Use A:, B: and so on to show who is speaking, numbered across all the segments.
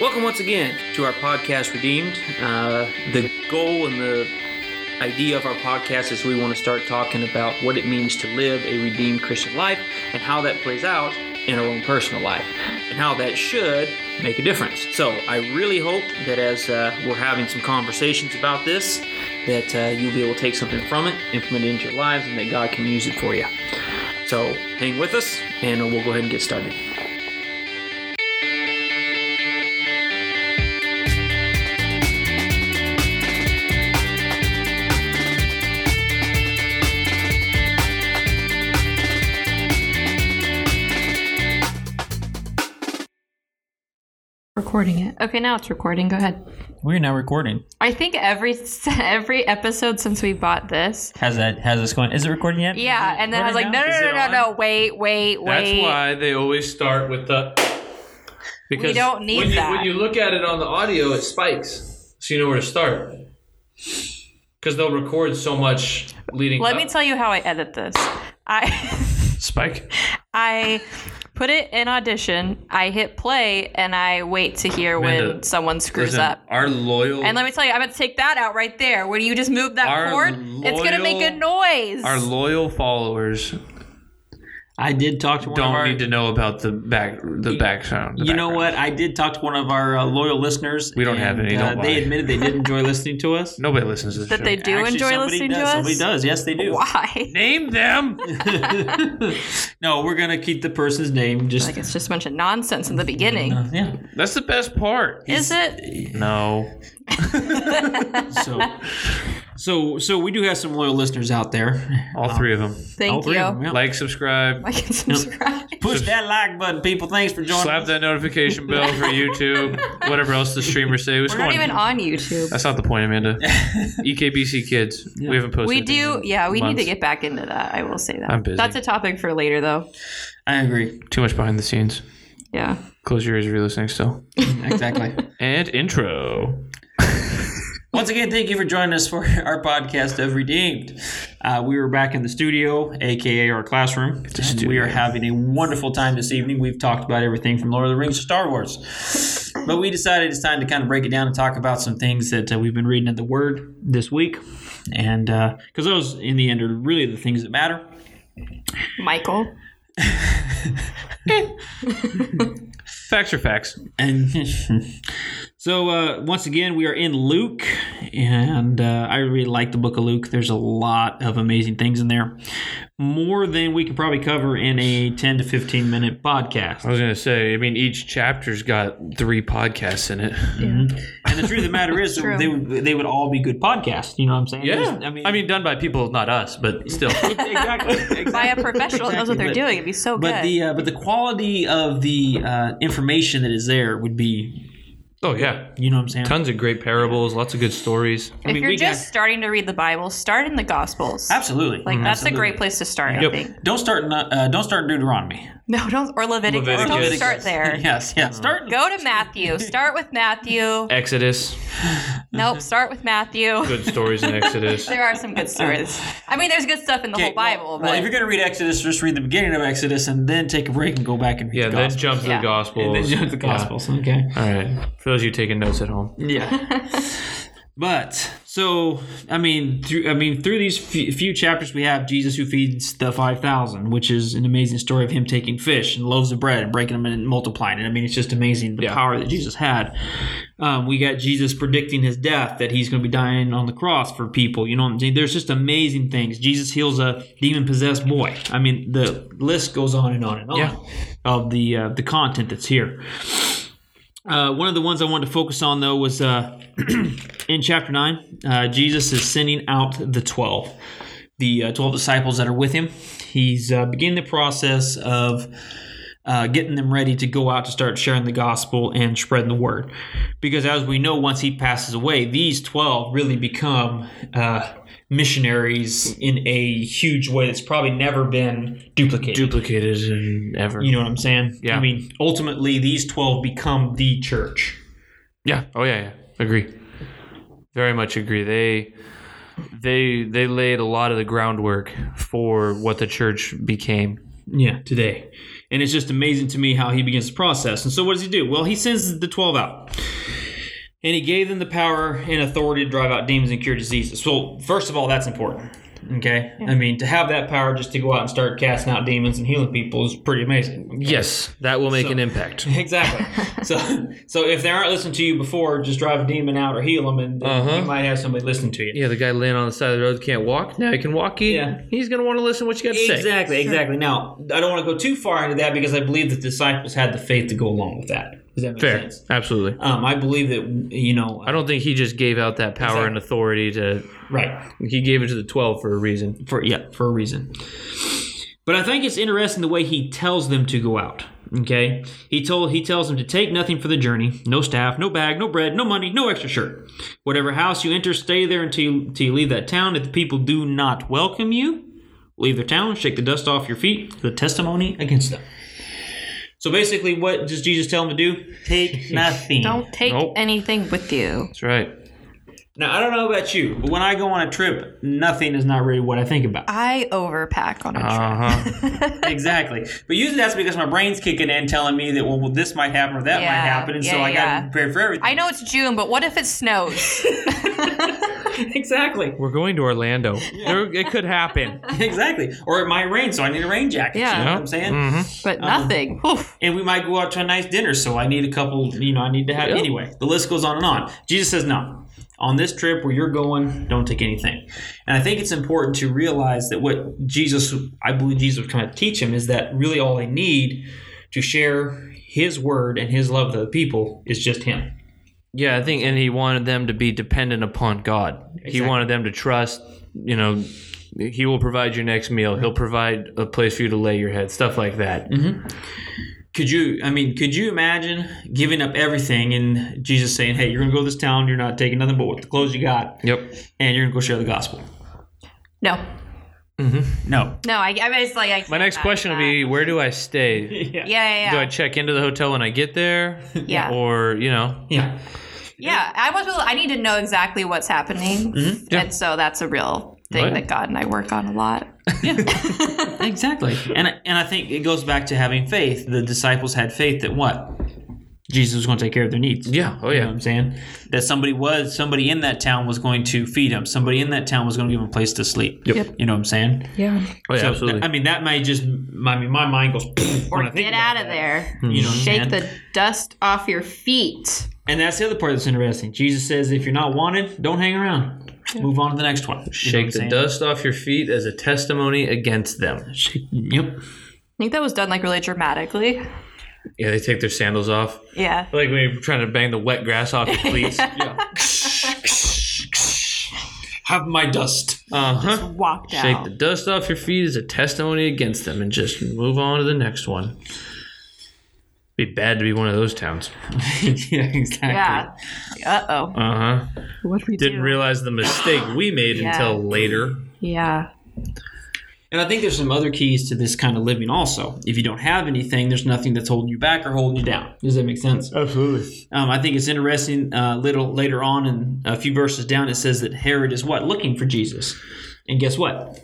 A: Welcome once again to our podcast, Redeemed. Uh, the goal and the idea of our podcast is we want to start talking about what it means to live a redeemed Christian life and how that plays out in our own personal life and how that should make a difference. So I really hope that as uh, we're having some conversations about this, that uh, you'll be able to take something from it, implement it into your lives, and that God can use it for you. So hang with us, and we'll go ahead and get started.
B: Recording it. Okay, now it's recording. Go ahead.
C: We're now recording.
B: I think every every episode since we bought this.
C: How's that? How's this going? Is it recording yet?
D: Mm-hmm.
B: Yeah, and then I was like,
C: Recording
B: no, no,
C: now? Is
B: no, no,
C: it
B: no,
C: on?
B: no, wait, wait,
D: That's
B: wait.
D: why they always start with the. Because
B: don't need
D: when you,
B: that.
D: When you look at it on the audio, it spikes, so you know where to start. Because they'll record so much leading.
B: Let
D: up.
B: me tell you how I edit this. I
D: Spike.
B: I put it in audition. I hit play and I wait to hear when
D: Amanda,
B: someone screws
D: Listen,
B: up.
D: Our loyal.
B: And let me tell you, I'm gonna take that out right there. When you just move that
D: Our
B: chord, it's gonna make a noise.
D: our loyal followers
C: I did talk to one
D: don't
C: of our.
D: need to know about the back the back sound. the
C: you know
D: background.
C: what? I did talk to one of our uh, loyal listeners. uh,
D: We don't have any, don't
C: they
D: lie.
C: admitted they did enjoy listening to us.
D: Nobody listens to this.
B: that
D: show.
B: they do
C: Actually,
B: enjoy
C: somebody
B: listening
C: does.
B: to us.
C: Somebody does. Yes, they do.
B: Why?
D: name them.
C: no, we're gonna keep the person's name. Just
B: Like it's just a bunch of nonsense in the beginning.
C: yeah.
D: That's the best part.
B: Is it?
D: No.
C: So, so, so we do have some loyal listeners out there.
D: All three of them.
C: All
B: Thank
C: three
B: you.
C: of them, yeah.
D: Like, subscribe,
B: Like and subscribe.
C: Push that like button, people. Thanks for joining.
D: slap that notification bell for YouTube, whatever else the streamers say. What's
B: We're
D: going
B: not even on YouTube.
D: That's not the point, Amanda. E EKBC kids. We haven't posted.
B: We do,
D: anything.
B: yeah, we need
D: months.
B: to get back into that. I will say that.
D: I'm busy.
B: That's a topic for later, though.
C: I agree.
D: Too much behind the scenes.
B: Yeah.
D: Close your ears if you're listening still.
C: Exactly.
D: And intro.
C: Once again, thank you for joining us for our podcast of Redeemed. Uh, we were back in the studio, aka our classroom. and we are having a wonderful time this evening. We've talked about everything from Lord of the Rings to Star Wars, but we decided it's time to kind of break it down and talk about some things that uh, we've been reading in the Word this week, and because those, in the end, are really the things that matter.
B: Michael.
D: Facts are facts.
C: And so, uh, once again, we are in Luke, and uh, I really like the book of Luke. There's a lot of amazing things in there, more than we can probably cover in a 10 to 15 minute podcast.
D: I was gonna say. I mean, each chapter's got three podcasts in it.
C: And the truth of the matter is,
B: True.
C: they, would- they would all be good podcasts. You know what I'm saying?
D: Yeah.
C: There's-
D: I mean, done by people, not us, but still.
C: exactly. exactly.
B: By a professional that knows what
C: Exactly,
B: they're
C: but-
B: doing. It'd be so
C: But
B: good.
C: the uh, but the quality of the uh, information that is there would be,
D: oh yeah.
C: you know what I'm saying?
D: Tons of great parables. Lots of good stories.
B: if
C: mean,
B: you're
C: we
B: just starting to read the Bible, start in the Gospels.
C: Absolutely.
B: Like, that's
C: Absolutely.
B: a great place to start, I
D: Yep.
B: think.
C: Don't start. in, Uh, don't start in Deuteronomy.
B: No, don't. Or Leviticus. Don't
D: Leviticus.
B: start there.
C: Yes.
D: Hmm.
C: Yeah. Start.
B: Go to Matthew. Start with Matthew.
D: Exodus.
B: nope, start with Matthew.
D: Good stories in Exodus.
B: There are some good stories. I mean, there's good stuff in the whole
C: well-
B: Bible,
C: Well,
B: but
C: if you're going to read Exodus, just read the beginning of Exodus and then take a break and go back and read
D: Yeah.
C: the
D: Then
C: Gospels.
D: jump to
B: Yeah.
D: the Gospels.
C: And then jump to the
D: Yeah.
C: Gospels. Okay.
D: All right. For those of you taking notes at home.
C: Yeah. but so I mean, through I mean through these few, few chapters we have Jesus who feeds the five thousand, which is an amazing story of him taking fish and loaves of bread and breaking them and multiplying it. I mean, it's just amazing the
D: Yeah.
C: power that Jesus had. Um, we got Jesus predicting his death that he's going to be dying on the cross for people. You know what I'm saying? There's just amazing things. Jesus heals a demon possessed boy. I mean, the list goes on and on and on
D: Yeah.
C: of the uh, the content that's here. Uh, one of the ones I wanted to focus on though was uh, in chapter nine, uh, Jesus is sending out the twelve, the uh, twelve disciples that are with him. He's uh, beginning the process of uh, getting them ready to go out to start sharing the gospel and spreading the word, because as we know, once he passes away, these twelve really become. Uh, missionaries in a huge way that's probably never been duplicated
D: duplicated in ever.
C: you know what I'm saying?
D: Yeah.
C: I mean, ultimately, these 12 become the church.
D: yeah. Oh yeah. Yeah. Agree. Very much agree. They they they laid a lot of the groundwork for what the church became.
C: Yeah, today. And it's just amazing to me how he begins the process. And so what does he do? Well, he sends the 12 out. And he gave them the power and authority to drive out demons and cure diseases. So, first of all, that's important. Okay? I mean, to have that power just to go out and start casting out demons and healing people is pretty amazing.
D: Yes, that will make an impact.
C: Exactly. so, so if they aren't listening to you before, just drive a demon out or heal them, and then
D: Uh-huh.
C: you might have somebody listen to you.
D: Yeah, the guy laying on the side of the road can't walk. Now he can walk. He,
C: Yeah.
D: He's going to want to listen to what you got to say.
C: Exactly, exactly. Now, I don't want to go too far into that because I believe the disciples had the faith to go along with that. Does that make
D: Fair.
C: sense?
D: Absolutely.
C: Um, I believe that you know,
D: I don't think he just gave out that power and authority to.
C: right?
D: He gave it to the 12 for a reason.
C: For yeah, for a reason. But I think it's interesting the way he tells them to go out. Okay, he told he tells them to take nothing for the journey, no staff, no bag, no bread, no money, no extra shirt. Whatever house you enter, stay there until you, until you leave that town. If the people do not welcome you, leave their town, shake the dust off your feet, the testimony against them. So basically, what does Jesus tell them to do? Take nothing.
B: Don't take
D: Nope.
B: anything with you.
D: That's right.
C: Now I don't know about you, but when I go on a trip, nothing is not really what I think about.
B: I overpack on a trip.
D: Uh huh.
C: exactly. But usually that's because my brain's kicking in, telling me that well, well this might happen or that
B: Yeah,
C: might happen, and so
B: yeah,
C: I
B: yeah.
C: got to prepare for everything.
B: I know it's June, but what if it snows?
C: exactly,
D: We're going to Orlando. There, it could happen.
C: exactly. Or it might rain, so I need a rain jacket.
B: Yeah.
C: you know what I'm saying.
D: Uh-huh.
B: but nothing. Oof.
C: And we might go out to a nice dinner, so I need a couple. You know, I need to have anyway. The list goes on and on. Jesus says no. On this trip where you're going, don't take anything. And I think it's important to realize that what Jesus, I believe Jesus was trying to teach him, is that really all they need to share his word and his love to the people is just him.
D: Yeah, I think, and he wanted them to be dependent upon God. He wanted them to trust, you know, he will provide your next meal. He'll provide a place for you to lay your head, stuff like that.
C: could you i mean could you imagine giving up everything and jesus saying hey you're gonna go to this town you're not taking nothing but what the clothes you got
D: Yep.
C: and you're gonna go share the gospel
B: No.
C: no
B: No, I, I mean, it's like, I
D: My
B: can't
D: next
B: back
D: question will be where do I stay?
B: that. Yeah,
D: Do
B: yeah,
D: I check into the hotel when I get there?
B: Yeah.
D: Or, you know,
C: yeah
B: yeah. yeah I was. I need to know exactly what's happening, and so that's a real thing
D: Mm-hmm.
B: that
D: Right.
B: God and I work on a lot.
C: exactly and I- and i think it goes back to having faith the disciples had faith that what jesus was gonna take care of their needs
D: yeah. Oh,
C: You know what
D: yeah.
C: I'm saying? That somebody was, somebody in that town was going to feed him. Somebody in that town was going to give him a place to sleep.
B: Yep.
C: You know what I'm saying?
B: Yeah.
D: Oh, yeah,
C: So,
D: absolutely.
C: I mean, that may just, I mean, my mind goes,
B: Or
C: when I think
B: get
C: about
B: out of there.
D: Hmm.
C: it. You know what I'm saying?
B: Shake the dust off your feet.
C: And that's the other part that's interesting. Jesus says, if you're not wanted, don't hang around. Move on to the next one. You know what I'm
D: Shake the
C: saying?
D: dust off your feet as a testimony against them.
C: Shake- Yep.
B: I think that was done like really dramatically.
D: Yeah, they take their sandals off.
B: Yeah.
D: Like when you're trying to bang the wet grass off your cleats.
C: Have my dust.
D: Uh huh.
B: Walked out.
D: Shake the dust off your feet as a testimony against them and just move on to the next one. Be bad to be one of those towns.
C: yeah, exactly.
B: yeah. Uh oh.
D: Uh huh.
B: What we
D: Didn't
B: do?
D: realize the mistake we made
B: Yeah.
D: until later.
B: yeah.
C: And I think there's some other keys to this kind of living also. If you don't have anything, there's nothing that's holding you back or holding you down. Does that make sense?
D: Absolutely.
C: Um, I think it's interesting. Uh, little later on, in a few verses down, it says that Herod is what looking for Jesus, and guess what?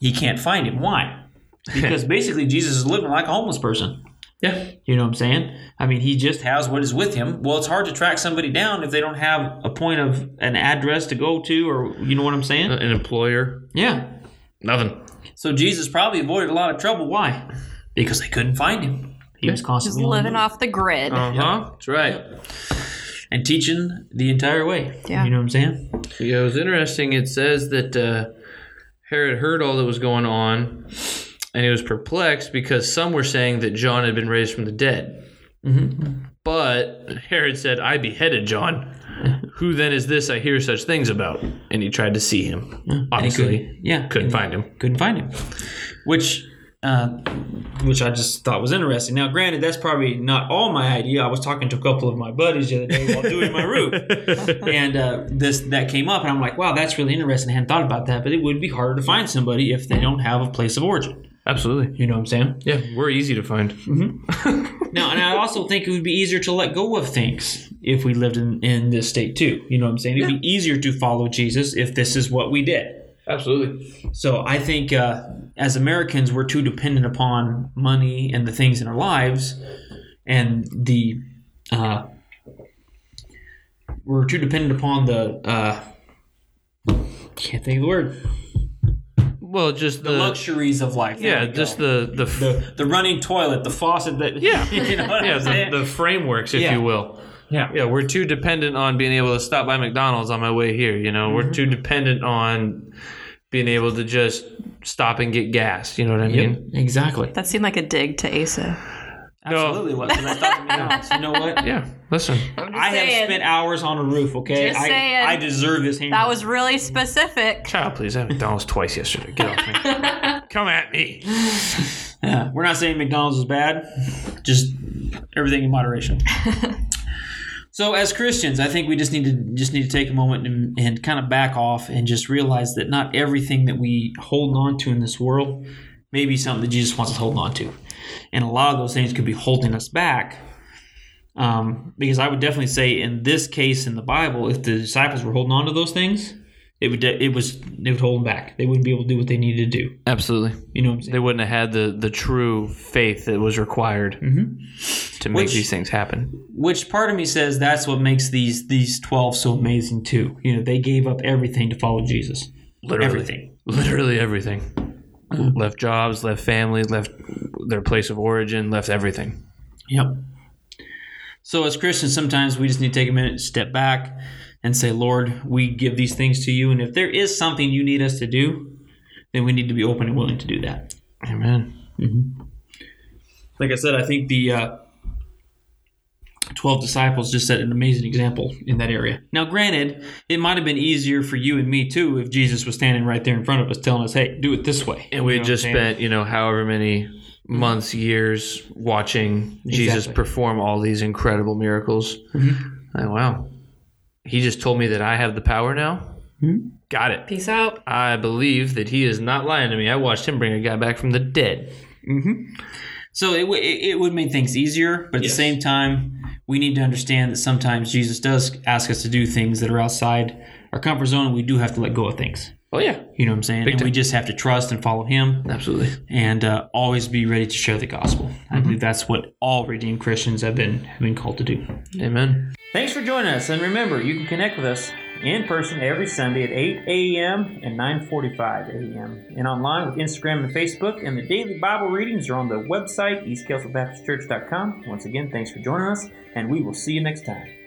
C: He can't find him. Why? Because basically, Jesus is living like a homeless person.
D: Yeah.
C: You know what I'm saying? I mean, he just has what is with him. Well, it's hard to track somebody down if they don't have a point of an address to go to, or you know what I'm saying?
D: Uh, An employer.
C: Yeah.
D: Nothing.
C: Uh, So Jesus probably avoided a lot of trouble. Why? Because they couldn't find him. He was
B: Just
C: constantly on the
D: Mm-hmm.
B: living
C: move
B: off the grid.
D: Uh huh. That's right.
C: and teaching the entire way.
B: Yeah.
C: You know what I'm saying?
D: Yeah, it was interesting. It says that uh, Herod heard all that was going on, and he was perplexed because some were saying that John had been raised from the dead. Mm-hmm. But Herod said, I beheaded John. Who then is this I hear such things about? And he tried to see him. Obviously,
C: Yeah.
D: couldn't find him.
C: couldn't find him, which uh, which I just thought was interesting. Now, granted, that's probably not all my idea. I was talking to a couple of my buddies the other day while doing my roof, and uh, this that came up, and I'm like, wow, that's really interesting. I hadn't thought about that, but it would be harder to find somebody if they don't have a place of origin.
D: Absolutely.
C: You know what I'm saying?
D: Yeah, we're easy to find.
C: Now, and I also think it would be easier to let go of things if we lived in, in this state too. You know what I'm saying? It'd be easier to follow Jesus if this is what we did.
D: Absolutely.
C: So I think uh, as Americans, we're too dependent upon money and the things in our lives, and the uh, we're too dependent upon the uh, can't think of the word
D: Well, just the,
C: the luxuries of life. There
D: yeah,
C: we go.
D: just the the, f-
C: the the running toilet, the faucet that
D: Yeah.
C: you know what
D: yeah
C: I'm saying?
D: the, the frameworks, if
C: Yeah.
D: you will.
C: yeah.
D: Yeah, we're too dependent on being able to stop by McDonald's on my way here. You know, we're too dependent on being able to just stop and get gas. You know what I
C: Yep,
D: mean?
C: exactly.
B: That seemed like a dig to Asa.
C: Absolutely was. 'cause I thought McDonald's. You know what?
D: Yeah. Listen,
C: I have
B: saying.
C: spent hours on a roof. Okay,
B: Just
C: I,
B: saying.
C: I deserve this hamburger.
B: That was really specific.
D: child, please. I had McDonald's twice yesterday. Get off me. Come at me.
C: Yeah, we're not saying McDonald's is bad, just everything in moderation. so as Christians, I think we just need to just need to take a moment and, and kind of back off and just realize that not everything that we hold on to in this world may be something that Jesus wants us holding on to, and a lot of those things could be holding us back. Um, because I would definitely say in this case in the Bible, if the disciples were holding on to those things, it would de- it was it would hold them back. They wouldn't be able to do what they needed to do.
D: Absolutely.
C: You know what I'm saying?
D: They wouldn't have had the, the true faith that was required to make
C: Which-
D: these things happen.
C: which part of me says that's what makes these these 12 so amazing too you know they gave up everything to follow jesus
D: Literally.
C: everything
D: Literally everything. left jobs, left family, left their place of origin, left everything.
C: yep so as christians sometimes we just need to take a minute step back and say lord we give these things to you and if there is something you need us to do then we need to be open and willing to do that
D: Amen.
C: like i said i think the uh, 12 disciples just set an amazing example in that area now granted it might have been easier for you and me too if jesus was standing right there in front of us telling us hey do it this way
D: And we
C: You
D: had
C: know
D: just
C: what I'm saying?
D: spent, you know, however many months, years watching Jesus
C: Exactly. Mm-hmm.
D: perform all these incredible miracles. Like, wow. He just told me that I have the power now.
C: Hmm?
D: Got it.
B: Peace out.
D: I believe that he is not lying to me. I watched him bring a guy back from the dead.
C: So it, w- it it would make things easier, but at the
D: Yes.
C: same time, we need to understand that sometimes Jesus does ask us to do things that are outside our comfort zone, and we do have to let go of things.
D: Oh, yeah.
C: You know what I'm saying? and we
D: time.
C: just have to trust and follow Him,
D: Absolutely.
C: and uh, always be ready to share the gospel.
D: Mm-hmm.
C: I believe that's what all redeemed Christians have been have been called to do.
D: Amen.
C: Thanks for joining us, and remember, you can connect with us in person every Sunday at 8 a.m. and 9:45 a.m. and online with Instagram and Facebook. And the daily Bible readings are on the website eastcastlebaptistchurch.com. Once again, thanks for joining us, and we will see you next time.